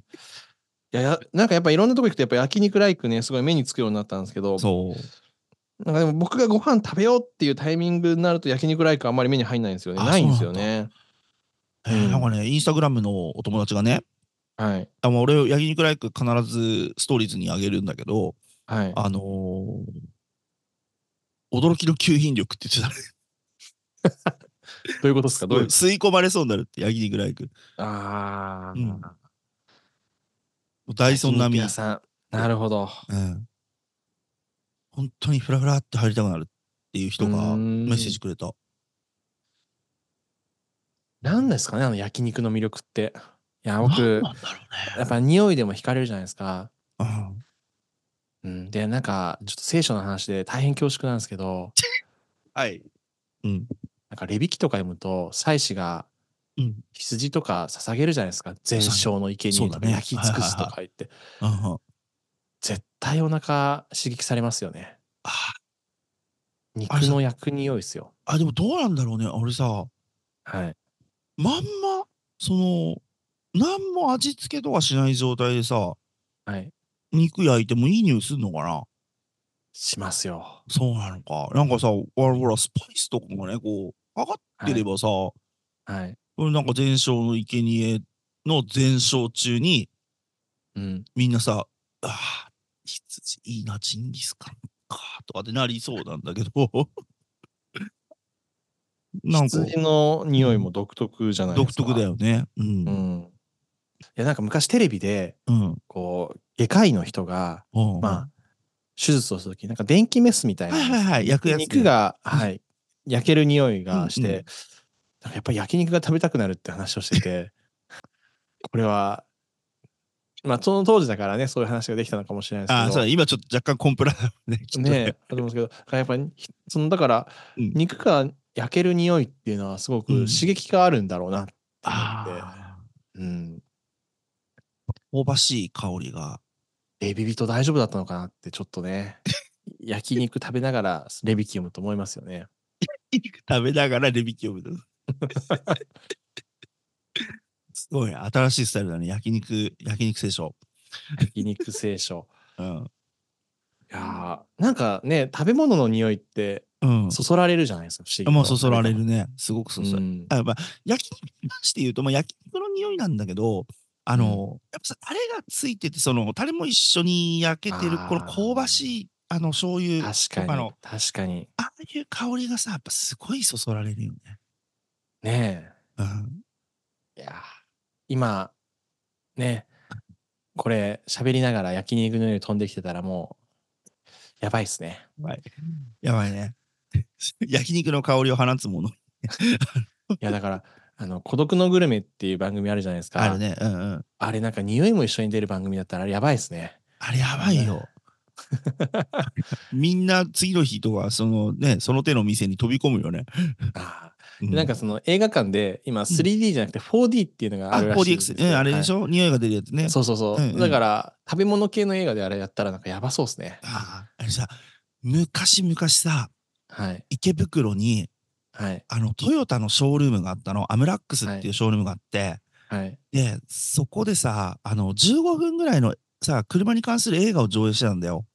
Speaker 2: やや、なんかやっぱいろんなとこ行くと、やっぱ焼肉ライクね、すごい目につくようになったんですけど、
Speaker 1: そう。
Speaker 2: なんかでも僕がご飯食べようっていうタイミングになると、焼肉ライクあんまり目に入んないんですよね。
Speaker 1: あ
Speaker 2: ないんですよね。うん
Speaker 1: なんかね、インスタグラムのお友達がね、
Speaker 2: はい。
Speaker 1: あもう俺、焼肉ライク必ずストーリーズにあげるんだけど、
Speaker 2: はい。
Speaker 1: あのー驚きの吸引力って言ってたね。
Speaker 2: どういうことですかどういう。
Speaker 1: 吸い込まれそうになるって、焼肉ライク。
Speaker 2: ああ、
Speaker 1: うんもうダイソン並み。
Speaker 2: 皆さん。なるほど。
Speaker 1: うん、本当にフラフラって入りたくなるっていう人
Speaker 2: うー
Speaker 1: が
Speaker 2: ん
Speaker 1: メッセージくれた。
Speaker 2: なんですかねあの焼肉の魅力って。いや、
Speaker 1: なん
Speaker 2: 僕
Speaker 1: な、んだ
Speaker 2: やっぱ匂いでも惹かれるじゃないですか。
Speaker 1: ろうね。
Speaker 2: うん、で、なんか、ちょっと聖書の話で大変恐縮なんですけど、
Speaker 1: はい。うん。
Speaker 2: なんか、レビキとか読むと、祭司が
Speaker 1: うん。
Speaker 2: 羊とか捧げるじゃないですか全焼の池に
Speaker 1: そうだね
Speaker 2: 焼き尽くすとか言って、
Speaker 1: あは
Speaker 2: 絶対お腹刺激されますよね
Speaker 1: あ
Speaker 2: 肉
Speaker 1: あれさ
Speaker 2: の焼く匂いですよ
Speaker 1: あ、でもどうなんだろうね。俺さ、
Speaker 2: はい
Speaker 1: まんま、その、何も味付けとかしない状態でさ、
Speaker 2: はい
Speaker 1: 肉焼いてもいい匂いするのかな
Speaker 2: しますよ
Speaker 1: そうなのか。なんかさ、あれほら、スパイスとかがね、こう、上が
Speaker 2: は
Speaker 1: ってれ
Speaker 2: い、
Speaker 1: ばさ、
Speaker 2: はい
Speaker 1: これなんか全焼の生贄の全焼中に、
Speaker 2: うん、
Speaker 1: みんなさ、ああ、羊いいな、ジンギスカンか、とかってなりそうなん だけど、なんか
Speaker 2: 羊の匂いも独特じゃないで
Speaker 1: 独
Speaker 2: すか
Speaker 1: 特だ、よね。う。
Speaker 2: うんん、いやなんか昔テレビで
Speaker 1: うん。
Speaker 2: こう外科医の人が
Speaker 1: うん
Speaker 2: まあ手術をする時なんか電気メスみたいな、
Speaker 1: はいはいはい、焼くやつ、ね。
Speaker 2: 肉が、はい、焼ける匂いがして、
Speaker 1: うんうん
Speaker 2: なんかやっぱり焼肉が食べたくなるって話をしてて これはまあその当時だからねそういう話ができたのかもしれない
Speaker 1: あ
Speaker 2: で
Speaker 1: あ、
Speaker 2: すけ
Speaker 1: そう
Speaker 2: ど
Speaker 1: だ今ちょっと若干コンプラだもんね。きっと
Speaker 2: ねえあと思うんですけどだからやっぱりひそのだから、
Speaker 1: うん
Speaker 2: 肉が焼ける匂いっていうのはすごく
Speaker 1: うん
Speaker 2: 刺激があるんだろうなって思って、
Speaker 1: ああ、
Speaker 2: うん、
Speaker 1: 香ばしい香りが。
Speaker 2: レビ人大丈夫だったのかなってちょっ とね焼肉食べながらレビキ読むと思いますよね。
Speaker 1: 肉食べながらレビキ読むの。すごいね、新しいスタイルだね。焼肉、焼肉聖書。
Speaker 2: 焼肉聖 書
Speaker 1: うん。
Speaker 2: いやーなんかね食べ物の匂いって
Speaker 1: うん。
Speaker 2: そそられるじゃないですか不思議と
Speaker 1: まあ、そそられるね。すごくそそられる。
Speaker 2: ん
Speaker 1: あまあ、焼き肉に関して言うと、まあ、焼肉の匂いなんだけど、あの、やっぱさ、タレがついてて、その、タレも一緒に焼けてる、
Speaker 2: あー
Speaker 1: この香ばしい、あの、醤油
Speaker 2: 確
Speaker 1: と
Speaker 2: か
Speaker 1: か
Speaker 2: に
Speaker 1: の、
Speaker 2: 確かに
Speaker 1: ああいう香りがさ、やっぱすごいそそられるよね。
Speaker 2: ね
Speaker 1: うん。
Speaker 2: えいやー今ねこれ喋りながら焼肉の匂い飛んできてたらもうやばいっすね
Speaker 1: やばいね。 焼肉の香りを放つもの。
Speaker 2: いやだからあの孤独のグルメっていう番組あるじゃないですか
Speaker 1: あるね。うんうん。
Speaker 2: あれなんか匂いも一緒に出る番組だったらあれやばいっすね
Speaker 1: あれやばい よ。みんな次の日とか、そのね、その手の店に飛び込むよね。
Speaker 2: あ
Speaker 1: う
Speaker 2: ーでなんかその映画館で今 3D じゃなくて 4D っていうのが
Speaker 1: あ、
Speaker 2: あるらしいんです
Speaker 1: 4DX、うん、あれでし
Speaker 2: ょ
Speaker 1: ょ、匂いが出るやつね。
Speaker 2: そうそうそう、
Speaker 1: うんうん
Speaker 2: だから食べ物系の映画であれやったらなんかやばそうですね
Speaker 1: ああ、あれさ、昔々さ、
Speaker 2: はい
Speaker 1: 池袋に、
Speaker 2: はい
Speaker 1: あの、トヨタのショールームがあったの、アムラックスっていうショールームがあって、
Speaker 2: はい
Speaker 1: で、そこでさ、あの、15分ぐらいのさ、車に関する映画を上映してたんだよ。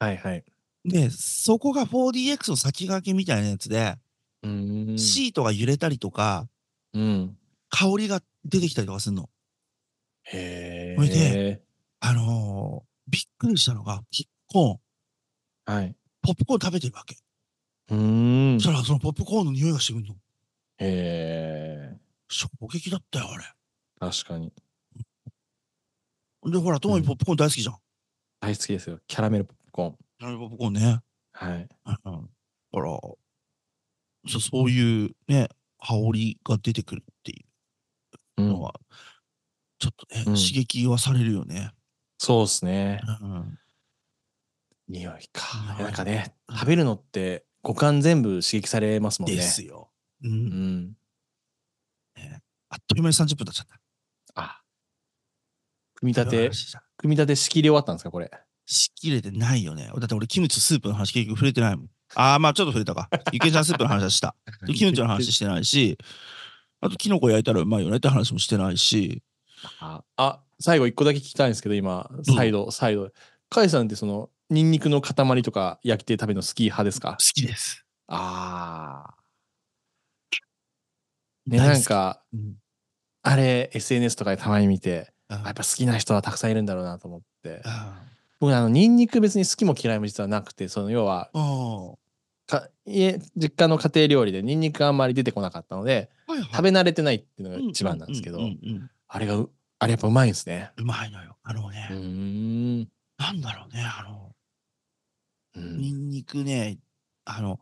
Speaker 2: はいはい
Speaker 1: で、そこが 4DX の先駆けみたいなやつで、
Speaker 2: うーん
Speaker 1: シートが揺れたりとか、
Speaker 2: うん
Speaker 1: 香りが出てきたりとかするの。
Speaker 2: へ
Speaker 1: これ
Speaker 2: え
Speaker 1: あのびっくりしたのが、ポップコーン、
Speaker 2: はい。
Speaker 1: ポップコーン食べてるわけ。
Speaker 2: うーん。
Speaker 1: そしたら、そのポップコーンの匂いがしてくるの。
Speaker 2: え
Speaker 1: 衝撃だったよ、あれ。
Speaker 2: ー、確かに。
Speaker 1: で、ほら、ともにポップコーン大好きじゃん。
Speaker 2: 大好きですよ。キャラメルポップコーン。
Speaker 1: キャラメルポップコーンね。
Speaker 2: はい。
Speaker 1: うん。だから、そそういうね、羽織が出てくるっていううんの、は、ちょっとね、
Speaker 2: うん
Speaker 1: 刺激はされるよね。
Speaker 2: そうですね。
Speaker 1: うん。
Speaker 2: 匂い
Speaker 1: 匂。
Speaker 2: か
Speaker 1: い
Speaker 2: いやなんかね、
Speaker 1: うん
Speaker 2: 食べるのって五感全部刺激されますもんね。
Speaker 1: ですよ。う。
Speaker 2: うんん。
Speaker 1: あっという間に30分経っちゃった。
Speaker 2: あ。組み立て、
Speaker 1: し
Speaker 2: 組み立て仕切り終わったんですか、これ。
Speaker 1: きれてないよね。だって俺、キムチスープの話結局触れてないもん。ああ、まあちょっと触れたか。ゆけちゃんスープの話は した。でキムチの話してないし、あとキノコ焼いたらうまいよねって話もしてないし、
Speaker 2: ああ、最後一個だけ聞きたいんですけど、今、サイド、サイド。カイさんってその、ニンニクの塊とか焼きて食べるの好き派ですか
Speaker 1: 好きです。
Speaker 2: ああ。ね、なんか、
Speaker 1: 大好き、うん
Speaker 2: あれ、SNS とかでたまに見て、あや
Speaker 1: あ
Speaker 2: っぱ好きな人はたくさんいるんだろうなと思って。
Speaker 1: あ
Speaker 2: 僕、あの、ニンニク別に好きも嫌いも実はなくて、その、要は、
Speaker 1: ああ。
Speaker 2: か家実家の家庭料理でニンニクがあんまり出てこなかったので
Speaker 1: はいはい
Speaker 2: 食べ慣れてないっていうの
Speaker 1: う
Speaker 2: が
Speaker 1: んうん
Speaker 2: 一番なんですけど、
Speaker 1: うんうんうん
Speaker 2: あれがうあれやっぱうまいんですね。
Speaker 1: うまいのよ。あのね、
Speaker 2: うーん
Speaker 1: なんだろうね、あの、
Speaker 2: うん
Speaker 1: ニンニクね、あの、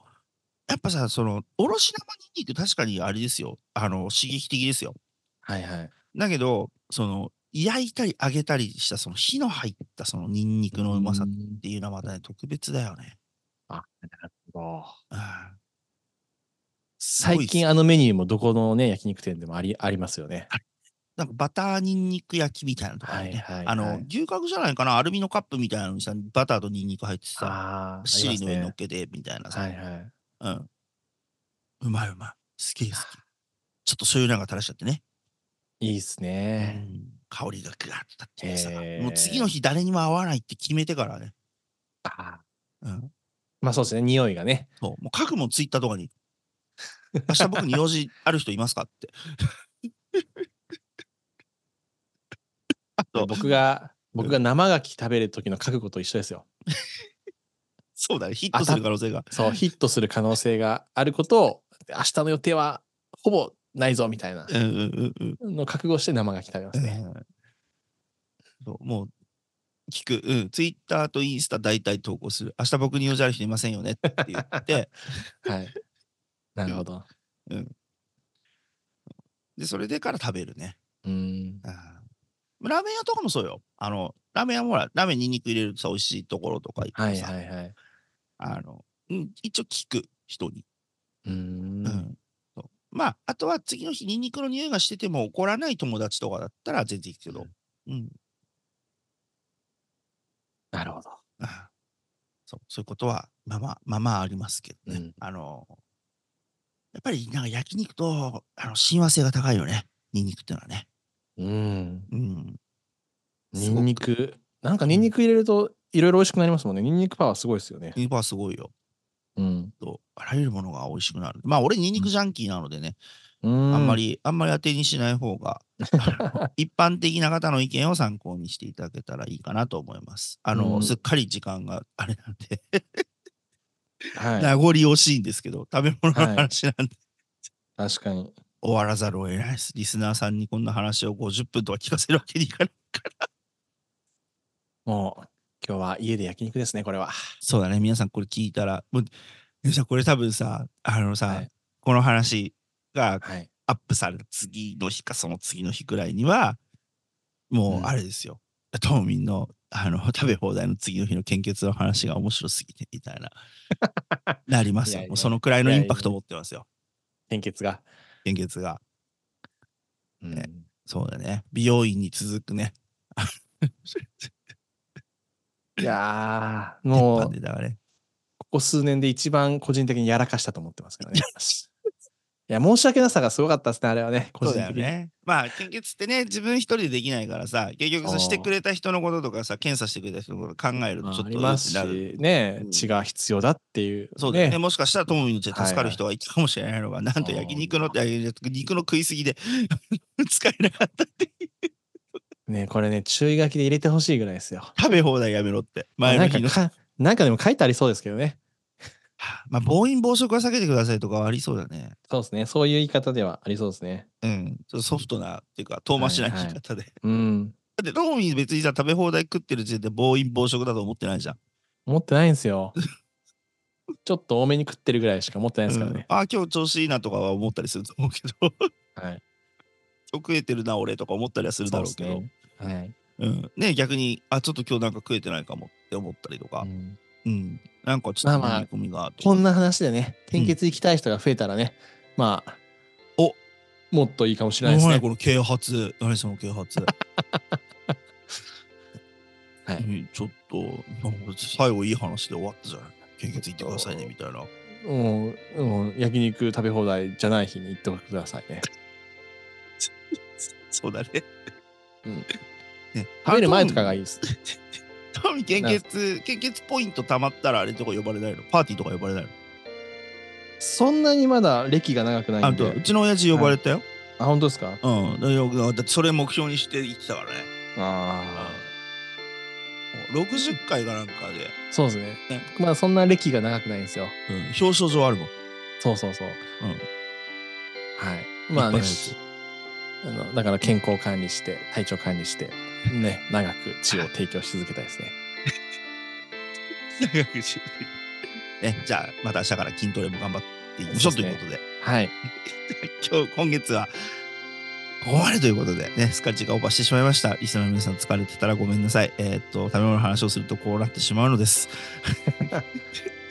Speaker 1: やっぱさ、その、おろし生ニンニク確かにあれですよ。あの、刺激的ですよ。
Speaker 2: はいはい。
Speaker 1: だけど、その、焼いたり揚げたりした、その火の入ったそのニンニクのうまさっ
Speaker 2: ん
Speaker 1: ていうのはまたね、特別だよね。
Speaker 2: あなるほど
Speaker 1: うんすごい
Speaker 2: 最近あのメニューもどこのね焼肉店でもありありますよね。
Speaker 1: なんかバターニンニク焼きみたいなところ
Speaker 2: はい
Speaker 1: ね。
Speaker 2: はい、はい。
Speaker 1: あの、牛角じゃないかな、アルミのカップみたいなのにさ、バターとニンニク入ってさ、
Speaker 2: あーあ
Speaker 1: 汁の
Speaker 2: りま
Speaker 1: 上
Speaker 2: す
Speaker 1: に
Speaker 2: ね
Speaker 1: 乗っけてみたいなさ。
Speaker 2: はいはい。
Speaker 1: うん。うまいうまい。すげえ好き。ちょっと醤油なんか垂らしちゃってね。
Speaker 2: いいっすね。
Speaker 1: うん香りがグワッと立ってさ、
Speaker 2: へー
Speaker 1: もう次の日誰にも会わないって決めてからね。
Speaker 2: あ
Speaker 1: うん。
Speaker 2: ーまあそうですね匂いがね。
Speaker 1: そう。もう各もツイッターとかに。明日僕に用事ある人いますかって。あと、
Speaker 2: 僕が僕が生牡蠣食べる時の覚悟と一緒ですよ。
Speaker 1: そうだね。ヒットする可能性が。
Speaker 2: そう、ヒットする可能性があることを、明日の予定はほぼないぞみたいな
Speaker 1: うんうんうんうん。
Speaker 2: のを覚悟して生が来たりますね。
Speaker 1: うんそうもう聞く、うん、ツイッターとインスタ大体投稿する。明日僕に用事ある人いませんよねって言って、
Speaker 2: はい。なるほど。
Speaker 1: で、それでから食べるね。
Speaker 2: うん。
Speaker 1: うんラーメン屋とかもそうよ。あの、ラーメン屋もほら、ラーメンにんにく入れるとさ、美味しいところとか行っ
Speaker 2: は
Speaker 1: て
Speaker 2: い
Speaker 1: さ、
Speaker 2: はいはい。
Speaker 1: あの、うん、一応聞く、人に。
Speaker 2: う
Speaker 1: うん
Speaker 2: ん。
Speaker 1: そうまあ、あとは次の日、ニンニクの匂いがしてても怒らない友達とかだったら全然いいけど、うん、
Speaker 2: なるほど。
Speaker 1: あそうそういうことはまあまあまあまあありますけどね。
Speaker 2: うん
Speaker 1: あのやっぱりなんか焼肉とあの親和性が高いよね。ニンニクっていうのはね。
Speaker 2: うん。
Speaker 1: うん。
Speaker 2: ニンニク。なんかニンニク入れるといろいろ美味しくなりますもんね。ニンニクパワーすごいですよね。
Speaker 1: ニンニクはすごいよ。
Speaker 2: うん。
Speaker 1: とあらゆるものが美味しくなる。まあ俺ニンニクジャンキーなのでね、
Speaker 2: うん。
Speaker 1: あんま。りあんまり当てにしない方 があの一般的な方の意見を参考にしていただけたらいいかなと思います。あの、
Speaker 2: うん
Speaker 1: すっかり時間があれなんで、名
Speaker 2: はい。
Speaker 1: 残惜しいんですけど食べ物の話なんで
Speaker 2: 確かに。
Speaker 1: 終わらざるを得ないです。リスナーさんにこんな話を50分とか聞かせるわけにいかない。
Speaker 2: もう、今日は家で焼肉ですね、これは。
Speaker 1: そうだね、皆さんこれ聞いたら、もう、皆さんこれ多分さ、あのさ、
Speaker 2: はい
Speaker 1: この話が
Speaker 2: はい。
Speaker 1: アップされた次の日かその次の日くらいには、もう
Speaker 2: うん
Speaker 1: あれですよ、トモミンのあの 食べ放題の次の日の献血の話が面白すぎてみたいな、 なります
Speaker 2: いや
Speaker 1: よ。
Speaker 2: いや
Speaker 1: もうそのくらいのインパクトを持ってますよ、
Speaker 2: 献血が。
Speaker 1: 献血が。
Speaker 2: うん
Speaker 1: ねそうだね、美容院に続くね、
Speaker 2: いやー、
Speaker 1: 鉄
Speaker 2: も
Speaker 1: 板
Speaker 2: う
Speaker 1: で、だからね。
Speaker 2: ここ数年で一番個人的にやらかしたと思ってます けどね。いや、申し訳なさがすごかったですね、あれはね。個
Speaker 1: そ
Speaker 2: 人
Speaker 1: うだよ
Speaker 2: 的に。
Speaker 1: ね。まあ献血ってね自分一人でできないからさ結局
Speaker 2: そ
Speaker 1: そううしてくれた人のこととかさ検査してくれた人のこと考えると
Speaker 2: まあ
Speaker 1: ちょっと
Speaker 2: あります
Speaker 1: うん
Speaker 2: し、ね
Speaker 1: う、ん
Speaker 2: 血が必要だっていう。
Speaker 1: そうだよねもしかしたらともみの血で助かる人はいたかもしれないのが、なんと
Speaker 2: う ん
Speaker 1: 焼肉のいやいや肉の食いすぎで使えなかったっていう
Speaker 2: ねこれね注意書きで入れてほしいぐらいですよ。
Speaker 1: 食べ放題やめろって。前
Speaker 2: な
Speaker 1: の
Speaker 2: んか
Speaker 1: 日の。
Speaker 2: かなんかでも書いてありそうですけどね。
Speaker 1: まあ、暴飲暴食は避けてくださいとかはありそうだね。
Speaker 2: そうですね。そういう言い方ではありそうですね。
Speaker 1: うん。ちょっとソフトな、っていうか、遠回しな
Speaker 2: はいはい
Speaker 1: 聞き方で。
Speaker 2: うん。
Speaker 1: だって、ローミン別にさ、食べ放題食ってる時点で暴飲暴食だと思ってないじゃん。
Speaker 2: 持ってないんで すよ。ちょっと多めに食ってるぐらいしか持ってないですから
Speaker 1: うん
Speaker 2: ね。
Speaker 1: ああ、今日調子いいなとかは思ったりすると思うけど、 今
Speaker 2: はい。
Speaker 1: 日食えてるな、俺とか思ったりはするだろうけど、
Speaker 2: そうですね。はい。
Speaker 1: うん、ね逆に、あ、ちょっと今日なんか食えてないかもって思ったりとか
Speaker 2: う、ん
Speaker 1: うん、なんかちょっと
Speaker 2: まあまあ
Speaker 1: 飲み込みがあると
Speaker 2: こんな話でね、献血行きたい人が増えたらね、まあ、
Speaker 1: お
Speaker 2: もっといいかもしれない
Speaker 1: 何
Speaker 2: ですね。
Speaker 1: この啓発何その啓 発
Speaker 2: はい
Speaker 1: うんちょっとなんか最後いい話で終わったじゃない献血行ってくださいねみたいな
Speaker 2: もう、もう焼肉食べ放題じゃない日に行ってくださいね。
Speaker 1: そうだね,、
Speaker 2: うん
Speaker 1: ね
Speaker 2: 食べる前とかがいいです。
Speaker 1: トミートミー献血献血ポイントたまったらあれとか呼ばれないのパーティーとか呼ばれないの
Speaker 2: そんなにまだ歴が長くない
Speaker 1: あ
Speaker 2: ん
Speaker 1: と
Speaker 2: で
Speaker 1: う。ちの親父呼ばれたよ、
Speaker 2: あ、本当ですか
Speaker 1: うんだよだってそれ目標にして行ってたからね、
Speaker 2: あ
Speaker 1: もう60回かなんかで、
Speaker 2: あ。そうですね
Speaker 1: ね。
Speaker 2: 僕まだそんな歴が長くないんですよ。
Speaker 1: うん表彰状あるもん
Speaker 2: そうそうそう。
Speaker 1: うん
Speaker 2: はい。まあ
Speaker 1: いっぱいの
Speaker 2: ね
Speaker 1: やつ、
Speaker 2: あの、だから健康管理して、体調管理して、ね、長く血を提供し続けたいですね。
Speaker 1: 長くしね、じゃあまた明日から筋トレも頑張っていきましょうということで
Speaker 2: はい。
Speaker 1: 今日今月はここまでということでねすっかり時間をオーバーしてしまいましたリスナーの皆さん疲れてたらごめんなさいえーっと食べ物の話をするとこうなってしまうのです、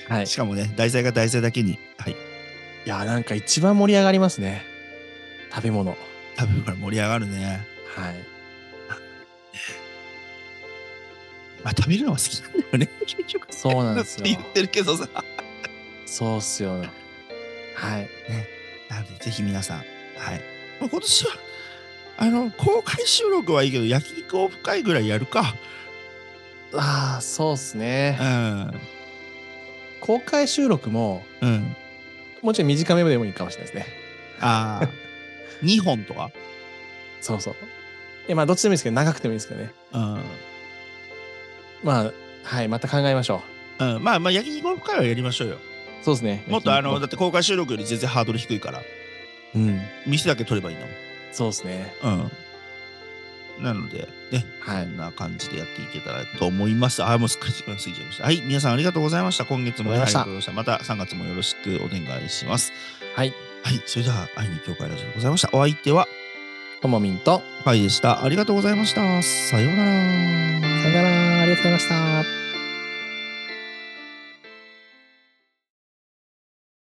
Speaker 2: はい。
Speaker 1: しかもね題材が題材だけにはい
Speaker 2: いや、なんか一番盛り上がりますね。食べ物。は
Speaker 1: 食べ物から盛り上がるね
Speaker 2: い。
Speaker 1: まあ食べるのは好きなんだよ ね結局
Speaker 2: そうなんですよ
Speaker 1: って言ってるけどさ
Speaker 2: そうっすよね。はい。
Speaker 1: なのでぜひ皆さんはいまあ今年はあの公開収録はいいけど焼肉オフ会ぐらいやるか
Speaker 2: ああ、そうっす
Speaker 1: う
Speaker 2: ね。
Speaker 1: ん
Speaker 2: 公開収録も、
Speaker 1: うん
Speaker 2: もうちろん短めでもいいかもしれないですね。
Speaker 1: ああ。2本とか
Speaker 2: そうそう。え、まあ、どっちでもいいですけど、長くてもいいですけどね。
Speaker 1: う
Speaker 2: まあ、はい。また考えましょ
Speaker 1: ん。うん、まあまあ、焼肉オフ会はやりましょうよ。
Speaker 2: う。そうですね。
Speaker 1: もっとあの、
Speaker 2: 焼
Speaker 1: だって公開収録より全然ハードル低いから、
Speaker 2: き肉もうん。
Speaker 1: 店だけ取ればいいんだ
Speaker 2: そうですね。
Speaker 1: もん。うん。なので、ね、
Speaker 2: はい
Speaker 1: こんな感じでやっていけたらと思います。あ、もうすっかり時間過ぎちゃいました。はい、皆さんありがとうございました。今月もね
Speaker 2: ありがとうございました
Speaker 1: ありがとうございました。また3月もよろしくお願いします。
Speaker 2: はい。
Speaker 1: はい、それでは、愛に教会ラジオでございました。お相手は、
Speaker 2: ともみんと、
Speaker 1: パイでした。ありがとうございました。さようなら。
Speaker 2: さよなら。ありがとうございました。